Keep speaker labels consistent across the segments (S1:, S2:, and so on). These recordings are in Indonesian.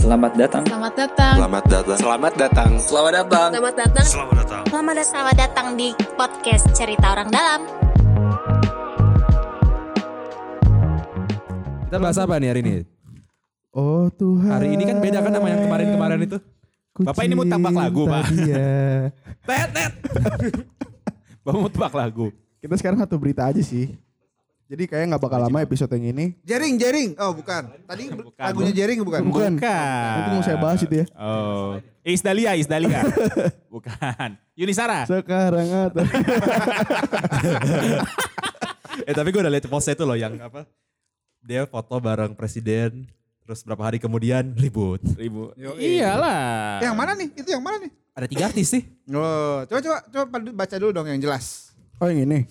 S1: Selamat datang.
S2: Selamat datang.
S3: Selamat datang.
S4: Selamat datang.
S5: Selamat datang.
S6: Selamat datang.
S7: Selamat datang.
S6: Selamat datang. Selamat datang di podcast Cerita Orang Dalam.
S8: Kita bahas apa nih hari ini?
S9: Oh Tuhan.
S8: Hari ini kan beda kan sama yang kemarin-kemarin itu.
S9: Ku
S8: Bapak ini mau tambak lagu,
S9: cinta
S8: Pak.
S9: dia.
S8: Tet, tet. Bapak mau tebak lagu.
S9: Kita sekarang satu berita aja sih. Jadi kayak nggak bakal lama episode yang ini.
S10: Jering, jering. Oh bukan. Tadi
S8: Bukan.
S10: lagunya jering bukan?
S9: Bukan.
S8: Bukan.
S9: Itu mau saya bahas itu ya.
S8: Oh.
S7: Eh,
S8: Isdalia, Isdalia. Bukan. Yunisara.
S9: Sekarang atau
S7: Eh tapi gue udah liat postnya itu loh yang apa? Dia foto bareng presiden. Terus berapa hari kemudian ribut.
S8: Ribu.
S10: Yoi.
S8: Iyalah.
S10: Yang mana nih? Itu yang mana nih?
S7: Ada tiga artis sih.
S10: Oh, coba coba coba padu- baca dulu dong yang jelas.
S9: Oh yang ini.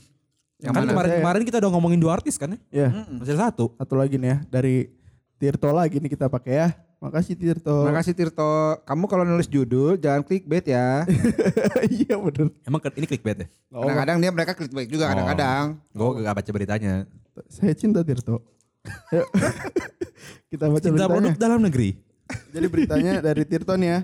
S10: Yang
S7: kan
S10: mana?
S7: kemarin-kemarin kita udah ngomongin dua artis kan ya?
S9: Ya
S7: Masih ada satu.
S9: satu lagi nih ya dari Tirto lagi nih kita pakai ya. Makasih Tirto.
S10: Makasih Tirto. Kamu kalau nulis judul jangan clickbait ya.
S9: iya bener.
S7: Emang ke- ini clickbait ya?
S10: Kadang-kadang dia mereka clickbait juga kadang-kadang.
S7: Gue gak baca beritanya.
S9: Saya cinta Tirto. Yuk. kita baca
S7: Cinta
S9: beritanya.
S7: produk dalam negeri.
S9: Jadi beritanya dari Tirto nih ya.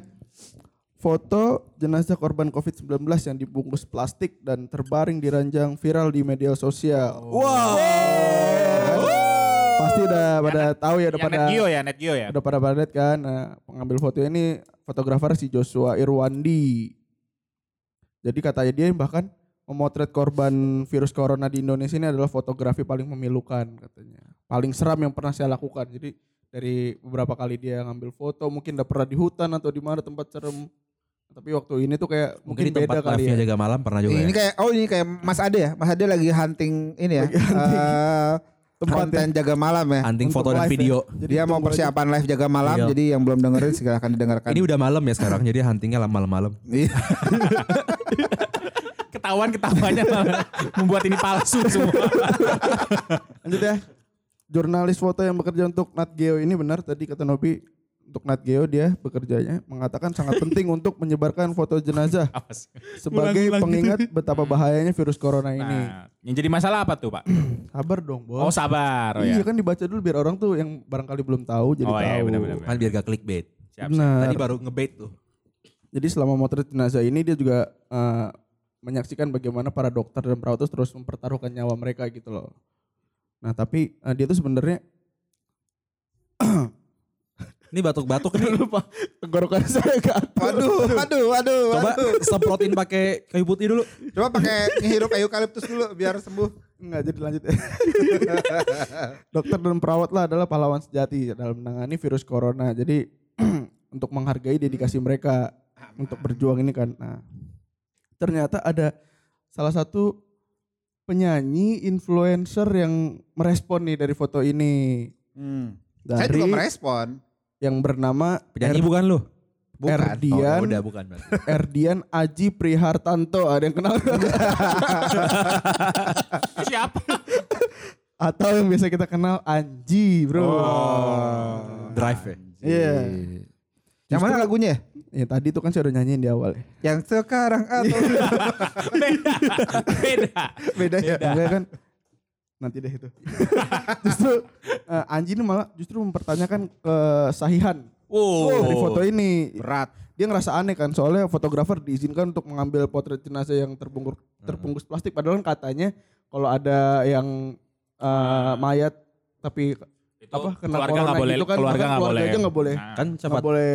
S9: Foto jenazah korban COVID-19 yang dibungkus plastik dan terbaring di ranjang viral di media sosial.
S8: Wow.
S9: Pasti udah pada tahu ya udah
S2: Yang
S9: pada
S2: Net Geo ya, Net Geo ya.
S9: udah pada pada lihat kan. Nah, pengambil foto ini fotografer si Joshua Irwandi. Jadi katanya dia bahkan memotret korban virus corona di Indonesia ini adalah fotografi paling memilukan katanya. Paling seram yang pernah saya lakukan. Jadi dari beberapa kali dia ngambil foto mungkin udah pernah di hutan atau di mana tempat serem. Tapi waktu ini tuh kayak
S7: Mungkin,
S9: mungkin,
S7: di tempat
S9: beda kali
S7: live-nya
S9: ya.
S7: jaga malam pernah juga
S10: Ini
S7: ya?
S10: kayak oh ini kayak Mas Ade ya. Mas Ade lagi hunting ini ya. eh,
S9: Tempat
S10: konten jaga malam ya.
S7: Hunting
S9: untuk
S7: foto dan
S9: live ya.
S7: video.
S9: Jadi
S10: Dia mau
S9: tunggu aja.
S10: persiapan live jaga malam.
S7: Iya.
S10: Jadi yang belum dengerin silahkan didengarkan.
S7: Ini udah malam ya sekarang jadi huntingnya lah malam-malam.
S10: Iya.
S2: Ketahuan ya, ketawanya malah membuat ini palsu semua.
S9: Lanjut ya. Jurnalis foto yang bekerja untuk Nat Geo ini benar tadi kata Nobi untuk Nat Geo dia bekerjanya mengatakan sangat penting untuk menyebarkan foto jenazah
S2: Apa sih?
S9: sebagai pengingat betapa bahayanya virus corona ini.
S2: gitu. Nah, yang jadi masalah apa tuh, Pak?
S9: Sabar dong, Bos.
S2: Oh, sabar. Oh,
S9: iya
S2: ya.
S9: kan dibaca dulu biar orang tuh yang barangkali belum tahu jadi
S2: Oh,
S9: tahu.
S2: iya, benar-benar.
S7: Kan biar gak clickbait.
S2: Siap, siap.
S9: Benar.
S7: Tadi baru ngebait tuh.
S9: Jadi selama motret jenazah ini dia juga eh, menyaksikan bagaimana para dokter dan perawat itu terus mempertaruhkan nyawa mereka gitu loh. Nah tapi eh, dia tuh sebenarnya
S7: Ini batuk-batuk nih.
S9: lupa tenggorokan saya ke atas.
S10: Waduh, waduh, waduh.
S7: Coba
S10: waduh.
S7: semprotin pakai kayu putih dulu.
S10: Coba pakai ngehirup eukaliptus dulu biar sembuh.
S9: Enggak jadi lanjut. Dokter dan perawat lah adalah pahlawan sejati dalam menangani virus corona. Jadi untuk menghargai dedikasi mereka untuk berjuang ini kan. Nah, ternyata ada salah satu penyanyi influencer yang merespon nih dari foto ini
S10: Hmm. Saya
S9: dari
S10: juga merespon.
S9: yang bernama
S7: Penyanyi bukan kan lu? Oh, ya
S9: Erdian
S7: udah bukan. berarti.
S9: Erdian Aji Prihartanto ada yang kenal
S2: Siapa?
S9: atau yang biasa kita kenal Anji bro.
S10: Oh.
S7: Drive ya.
S9: Iya.
S10: Yang mana lagunya?
S9: Ya tadi itu kan saya udah nyanyiin di awal ya.
S10: Yang sekarang atau
S2: Beda. Beda.
S10: beda ya?
S9: Enggak kan nanti deh itu. justru eh, Anji ini malah justru mempertanyakan kesahihan dari foto ini.
S10: Berat.
S9: Dia ngerasa aneh kan soalnya fotografer diizinkan untuk mengambil potret jenazah yang terbungkus terbungkus plastik padahal kan katanya kalau ada yang eh, mayat tapi
S2: Itu
S9: apa kena
S2: keluarga
S9: corona
S2: nggak boleh,
S9: gitu kan
S2: keluarga
S9: bahkan
S2: nggak boleh.
S9: aja nggak boleh
S2: Nah,
S7: Kan siapa
S9: nggak boleh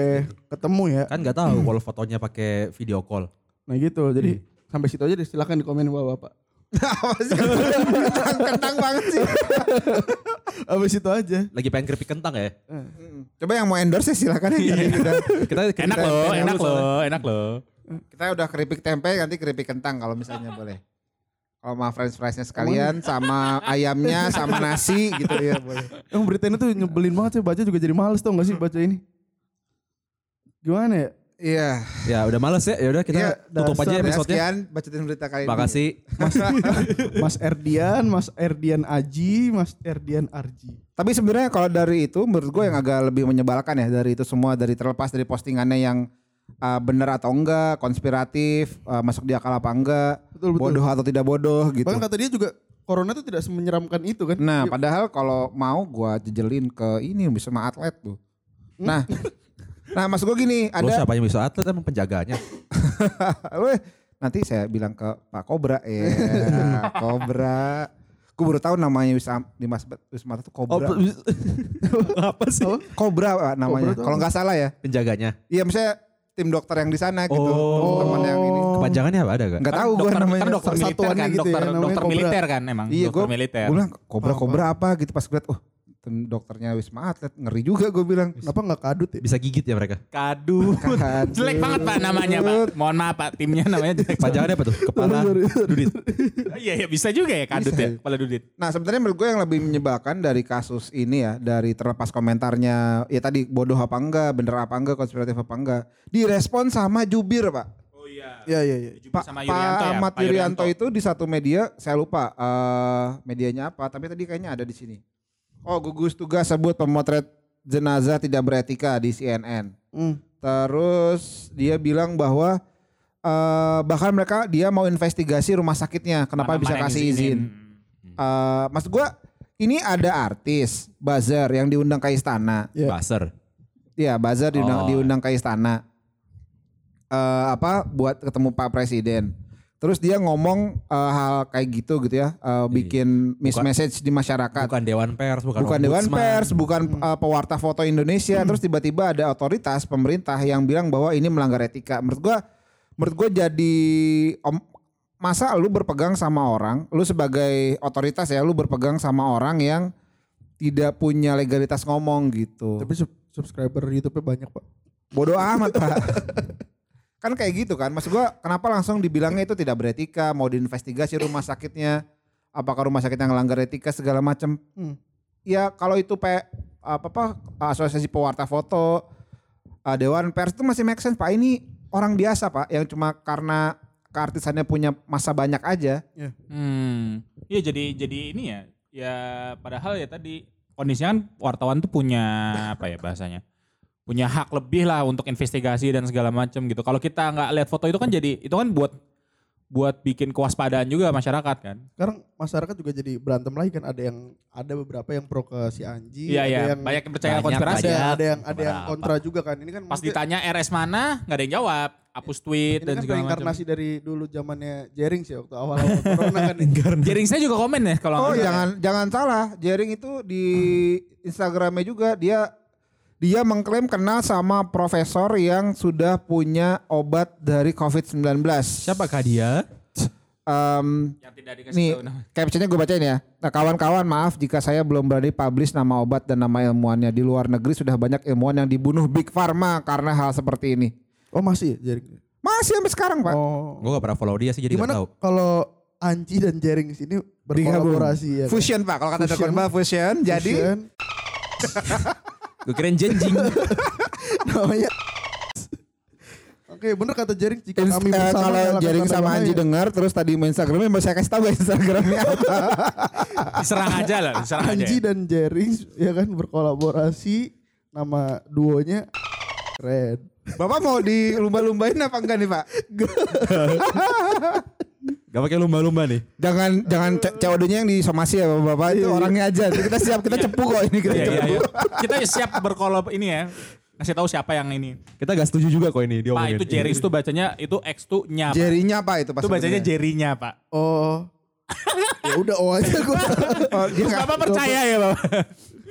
S9: ketemu ya
S7: kan nggak tahu kalau fotonya pakai video call.
S9: nah gitu jadi sampai situ aja deh silakan di komen bapak
S10: Apa sih? Kentang, kentang banget sih.
S9: Abis itu aja
S7: Lagi pengen keripik kentang ya.
S10: Coba yang mau endorse ya silakan ya. Nanti kita,
S7: Kita
S2: enak
S7: kita-
S2: loh, enak loh, enak loh.
S10: kita udah keripik tempe nanti keripik kentang kalau misalnya boleh. Kalau mau french friesnya sekalian sama ayamnya sama nasi gitu ya boleh.
S9: Emang berita ini tuh nyebelin banget sih baca juga jadi males tau gak sih baca ini. Gimana ya?
S10: Iya.
S7: Ya udah males ya. Ya udah kita
S10: Iya,
S7: tutup aja
S10: Ya,
S7: episode-nya.
S10: sekian bacotin berita
S9: iya.
S10: kali ini.
S7: Makasih.
S9: Mas Erdian, Mas Erdian Aji, Mas Erdian Arji.
S10: Tapi sebenarnya kalau dari itu menurut gue yang agak lebih menyebalkan ya dari itu semua dari terlepas dari postingannya yang uh, benar atau enggak, konspiratif, uh, masuk di akal apa enggak,
S9: Betul, betul.
S10: bodoh atau tidak bodoh gitu.
S9: Bahkan kata dia juga corona tuh tidak semenyeramkan itu kan.
S10: Nah,
S9: Hmm.
S10: padahal kalau mau gue jejelin ke ini bisa sama atlet tuh. Nah, Nah, maksud gue gini,
S8: Lo
S10: ada
S8: siapanya bisa atlet emang penjaganya.
S10: Weh, nanti saya bilang ke Pak Kobra ya, Kobra. Gue baru tahu namanya Wisma, di Mas Wisma Atlet itu
S7: Oh,
S10: Kobra.
S7: Apa sih?
S10: Kobra Pak, namanya.
S9: Kobra tuh
S10: Kalau nggak salah ya.
S8: penjaganya.
S10: Iya, misalnya tim dokter yang di sana gitu. Teman yang ini.
S9: Oh.
S8: Kepanjangannya apa ada gak?
S10: Nggak tahu gue namanya.
S2: Oh. Kan dokter militer
S9: satuannya
S2: kan,
S9: gitu ya,
S2: dokter,
S9: namanya
S2: dokter
S9: Cobra.
S2: militer kan emang,
S10: Iya,
S2: dokter
S10: gua-
S2: militer.
S10: Gue bilang Kobra
S9: Paham,
S10: Kobra apa gitu pas gue liat, oh tim dokternya Wisma Atlet ngeri juga gue bilang.
S9: Kenapa nggak kadut ya?
S8: Bisa gigit ya mereka.
S2: Kadut.
S10: Kadut.
S2: jelek banget pak namanya pak. Mohon maaf pak, timnya namanya jelek.
S8: Panjangannya apa tuh? Kepala
S9: Sorry,
S8: Dudit.
S2: Iya iya bisa juga ya kadut
S10: Bisa.
S2: ya, kepala dudit.
S10: Nah sebenarnya menurut gue yang lebih menyebalkan dari kasus ini ya dari terlepas komentarnya ya tadi bodoh apa enggak, bener apa enggak, konspiratif apa enggak, direspon sama jubir pak.
S2: Oh iya.
S10: Ya,
S9: Iya iya iya.
S2: Jujur
S10: Pak
S2: sama
S10: Pak
S2: Yuryanto ya.
S10: Ahmad
S2: Pak
S10: Yuryanto itu di satu media saya lupa eh, medianya apa, tapi tadi kayaknya ada di sini. Oh gugus tugas sebut pemotret jenazah tidak beretika di CNN.
S9: Hmm.
S10: Terus dia bilang bahwa eh, bahkan mereka dia mau investigasi rumah sakitnya kenapa
S2: Mana-mana
S10: bisa
S2: yang
S10: kasih
S2: diizinin.
S10: izin. Eh, maksud gua ini ada artis buzzer yang diundang ke istana.
S9: Iya.
S8: Baser.
S10: Iya, buzzer
S8: Oh.
S10: diundang, diundang ke istana. Eh, apa buat ketemu Pak Presiden. Terus dia ngomong eh, hal kayak gitu gitu ya, eh, bikin mismessage di masyarakat.
S8: Bukan Dewan Pers, bukan,
S10: Bukan dewan
S8: Ombudsman.
S10: pers, bukan uh, pewarta foto Indonesia, terus tiba-tiba ada otoritas pemerintah yang bilang bahwa ini melanggar etika. Menurut gua menurut gua jadi om- masa lu berpegang sama orang, lu sebagai otoritas ya lu berpegang sama orang yang tidak punya legalitas ngomong gitu.
S9: Tapi sub- subscriber YouTube-nya banyak pak.
S10: Bodoh amat, Pak. kan kayak gitu kan. Maksud gua kenapa langsung dibilangnya itu tidak beretika, mau diinvestigasi rumah sakitnya, apakah rumah sakitnya ngelanggar etika segala macam.
S9: Hmm.
S10: Ya kalau itu P, apa apa asosiasi pewarta foto eh, dewan pers itu masih make sense, Pak. Ini orang biasa, Pak, yang cuma karena keartisannya punya masa banyak aja.
S2: Hmm. Iya jadi jadi ini ya. Ya padahal ya tadi kondisinya kan wartawan tuh punya apa ya bahasanya? Punya hak lebih lah untuk investigasi dan segala macam gitu. Kalau kita nggak lihat foto itu kan jadi itu kan buat buat bikin kewaspadaan juga masyarakat kan.
S9: Sekarang masyarakat juga jadi berantem lagi kan. Ada yang ada beberapa yang pro ke si Anji.
S2: Iya
S9: ada
S2: iya.
S9: Yang,
S2: Banyak yang percaya
S8: Banyak,
S2: konspirasi.
S8: banyak.
S9: ada, ada yang ada yang
S8: Beberapa.
S9: kontra juga kan. Ini kan
S2: Pas
S9: maksudnya-
S2: ditanya RS mana nggak ada yang jawab. Hapus tweet
S9: ini
S2: dan
S9: kan
S2: segala macam.
S9: reinkarnasi dari dulu zamannya Jering sih waktu awal awal corona kan.
S2: Jering saya juga komen ya kalau
S9: iya.
S10: Oh,
S2: nggak salah.
S10: jangan jangan salah, Jering itu di Instagramnya juga dia dia mengklaim kenal sama profesor yang sudah punya obat dari COVID-19.
S8: Siapakah dia?
S10: Em,
S2: yang tidak dikasih
S10: nih,
S2: tahu namanya.
S10: captionnya gue bacain ya. Nah, kawan-kawan maaf jika saya belum berani publish nama obat dan nama ilmuannya. Di luar negeri sudah banyak ilmuwan yang dibunuh Big Pharma karena hal seperti ini.
S9: Oh masih ya Jering.
S10: Masih sampai sekarang, Pak.
S9: Oh.
S8: Gue gak pernah follow dia sih jadi gak
S9: Gimana
S8: tahu.
S9: kalau Anji dan Jering sini
S10: Digabung.
S9: berkolaborasi ya? kan?
S10: Fusion, Pak. Kalau kata
S9: Fusion.
S10: Dragon Ball fusion. Jadi
S9: Fusion,
S8: Gue keren jenjing.
S9: namanya. Oke bener kata Jering jika
S10: Ins-
S9: kami
S10: eh,
S9: bersama
S10: kalau
S9: dalam
S10: jaring
S9: kata
S10: sama
S9: bahaya.
S10: Anji dengar terus tadi mau Instagramnya mau saya kasih tahu guys Instagramnya apa.
S2: Diserang aja lah, diserang aja.
S9: Anji
S2: ya.
S9: dan Jering ya kan berkolaborasi nama duonya keren.
S10: Bapak mau dilumba-lumbain apa enggak nih Pak?
S7: Gak pakai lumba-lumba nih.
S10: Jangan jangan C- COD-nya yang disomasi ya Bapak itu orangnya aja. Jadi Kita siap kita cepu kok ini kita
S2: Iya, iya,
S10: cepu.
S2: iya. Kita siap berkolab ini ya. Kasih tahu siapa yang ini.
S7: Kita gak setuju juga kok ini
S2: Pak
S7: diomongin.
S2: itu Jerry itu bacanya itu X tuh nya. Pak.
S10: Jerinya apa itu Pak?
S2: Itu bacanya
S10: sebenarnya?
S2: Jerry-nya, Pak.
S9: Oh. ya udah oh aja gue.
S10: Oh, dia nggak-
S2: Bapak percaya ya, Bapak?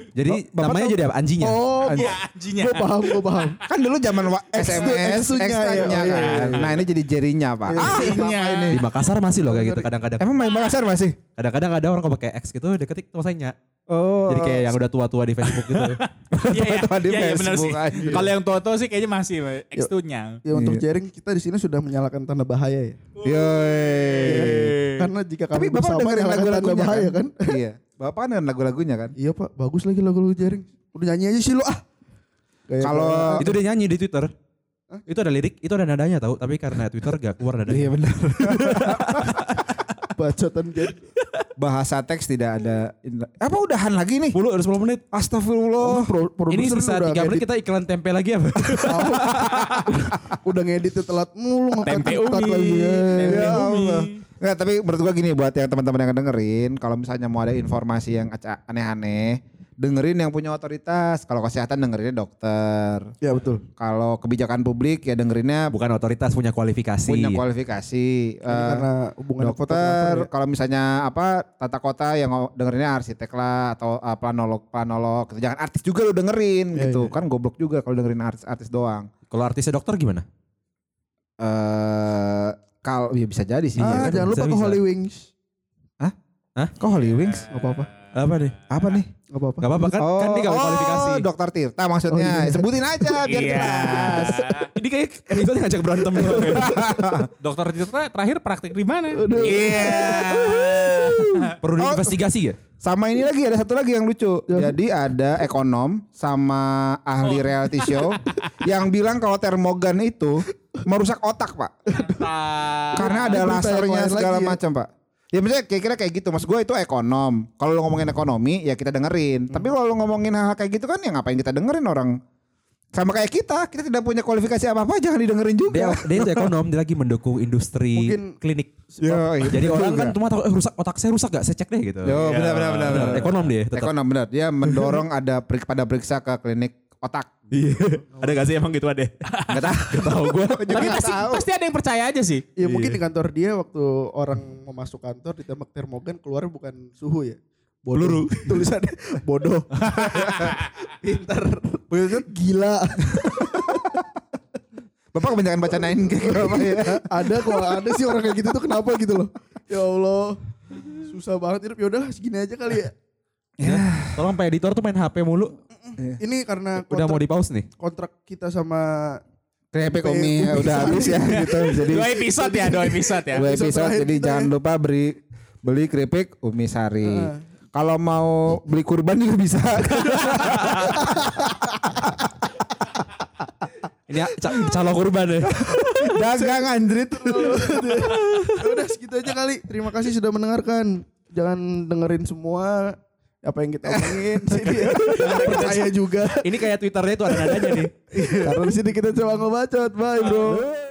S8: Jadi
S9: Bapak
S8: namanya
S9: tahu-
S8: jadi apa? Anjinya?
S7: ya?
S9: Oh,
S2: Iya, anjinya.
S9: gue paham, gue paham.
S10: kan dulu zaman wa- SMS
S9: X-nya,
S10: extra-nya
S9: iya, iya, iya.
S10: kan. Nah, ini jadi jerinya Pak.
S9: Iya.
S10: Ah,
S2: Anjinya.
S8: Di Makassar masih loh kayak gitu kadang-kadang.
S10: emang main Makassar masih?
S8: Kadang-kadang ada orang kalau pakai X gitu deketik tuh sayangnya.
S10: Oh.
S8: Jadi kayak yang udah tua-tua di Facebook gitu.
S2: Iya, iya.
S10: Teman-teman di
S2: Iya, iya, benar sih.
S10: Facebook aja.
S2: Kalau yang tua-tua sih kayaknya masih Pak. X tuh nya.
S9: Ya untuk
S10: Iya.
S9: jaring kita di sini sudah menyalakan tanda bahaya ya.
S10: Yoi.
S9: Karena jika kami
S10: Tapi Bapak
S9: bersama
S10: dengerin
S9: menyalakan tanda
S10: lagu-lagunya
S9: bahaya kan.
S10: kan? Iya. Bapak kan dengerin lagu-lagunya kan?
S9: Iya pak, bagus lagi lagu-lagu jaring. Udah nyanyi aja sih lu ah. Gaya-
S10: Kalau
S8: itu dia nyanyi di Twitter. Itu ada lirik, itu ada nadanya tahu, tapi karena Twitter gak keluar nadanya.
S10: Iya benar.
S9: bacotan jaring.
S10: Bahasa teks tidak ada. in- Apa udahan lagi nih?
S8: 10 harus 10 menit.
S10: Astagfirullah.
S9: Pro-
S8: Ini
S9: produser
S8: bisa
S9: udah
S8: 3 menit
S9: ngedit,
S8: kita iklan tempe lagi apa?
S9: udah ngeditnya telat mulu ngekat-
S2: Tempe
S9: ngekat
S2: umi.
S9: lagi. Ya.
S2: Tempe
S10: Ya
S2: umi.
S10: Allah. Nggak, tapi menurut gua gini buat yang teman-teman yang dengerin, kalau misalnya mau ada informasi yang aca- aneh-aneh, dengerin yang punya otoritas. Kalau kesehatan dengerinnya dokter.
S9: Ya betul.
S10: Kalau kebijakan publik ya dengerinnya
S8: Ah, Bukan otoritas punya kualifikasi.
S10: punya kualifikasi.
S9: Ini
S10: Eh,
S9: karena hubungan
S10: dokter,
S9: fotografer ya.
S10: kalau misalnya apa tata kota yang ngo- dengerinnya arsitek lah atau uh, planolog planolog gitu. Jangan artis juga lu dengerin
S9: Iya,
S10: gitu.
S9: iya.
S10: Kan goblok juga kalau dengerin artis-artis doang.
S8: Kalau artisnya dokter gimana?
S10: Eh kalau ya bisa jadi sih.
S9: Ah, jangan
S10: ya.
S8: bisa,
S9: lupa ke
S8: bisa.
S9: Holy Wings.
S10: Kok Holy Wings?
S9: Gak apa-apa.
S8: Apa nih?
S10: Apa nih?
S9: Gak apa-apa.
S8: Gak apa-apa kan?
S10: oh,
S8: kan dia gak
S10: oh,
S8: kualifikasi.
S10: dokter Tirta maksudnya.
S9: Oh, iya.
S10: Sebutin aja biar
S2: Iya.
S10: jelas.
S8: Ini kayak episode Eh, ngajak berantem. ya.
S2: Dokter Tirta terakhir praktik di mana? Iya.
S9: Aduh.
S8: Perlu
S10: Oh.
S8: diinvestigasi ya?
S10: Sama ini lagi ada satu lagi yang lucu.
S8: Iya.
S10: Jadi ada ekonom sama
S8: Oh.
S10: ahli reality show yang bilang kalau termogan itu merusak otak, Pak. Karena ada
S9: Berita yang
S10: lasernya
S9: lain
S10: segala
S9: lagi ya.
S10: macam, Pak. Ya maksudnya kira-kira kayak gitu. Mas gue itu ekonom. Kalau lo ngomongin ekonomi ya kita dengerin. Tapi
S8: Hmm.
S10: kalau lo ngomongin hal-hal kayak gitu kan ya ngapain kita dengerin orang. Sama kayak kita, kita tidak punya kualifikasi apa-apa jangan didengerin
S8: Dia,
S10: juga.
S8: dia itu ekonom, dia lagi mendukung industri
S9: Mungkin-
S8: klinik.
S10: Yo,
S8: Jadi orang kan
S10: Ya, iya, juga.
S8: cuma tahu eh, rusak otak saya rusak gak? Saya cek deh gitu.
S10: Yo, benar benar benar.
S8: Benar,
S10: benar.
S8: ekonom dia tetap.
S10: Ekonom benar. Dia mendorong ada perik pada periksa ke klinik otak.
S7: ada gak sih emang gitu ada?
S10: Enggak tahu.
S7: Tahu gue.
S2: Tapi
S10: nggak
S2: pasti,
S10: tahu.
S2: pasti ada yang percaya aja sih.
S9: Ya mungkin di kantor dia waktu orang mau masuk kantor ditembak termogan keluar bukan suhu ya. Bodoh. Tulisannya bodoh. Pinter. kan? Gila.
S10: Bapak kebanyakan baca 9 gag apa ya?
S9: ada kok ada sih orang kayak gitu tuh kenapa gitu loh. Ya Allah. Susah banget hidup. Ya udahlah segini aja kali ya.
S10: Iya.
S8: Tolong Pak Editor tuh main HP mulu.
S9: Ini karena
S8: Udah mau
S9: kontrak,
S8: di pause nih.
S9: kontrak kita sama
S10: Kayak Komi ya, udah habis ya gitu. Jadi
S2: Dua episode ya, dua episode ya.
S10: dua episode
S9: terakhir
S10: jadi
S9: kita
S10: jangan lupa beri beli keripik Umi Sari. Kalau mau beli kurban juga bisa.
S8: Ini ya, ca- calon kurban ya.
S10: Dagang anjrit.
S9: Ya udah segitu aja kali. Terima kasih sudah mendengarkan. Jangan dengerin semua apa yang kita omongin. Sini ya. Jangan percaya juga.
S8: Ini kayak Twitternya itu ada nadanya nih.
S9: Karena di sini kita coba ngebacot. Bye bro.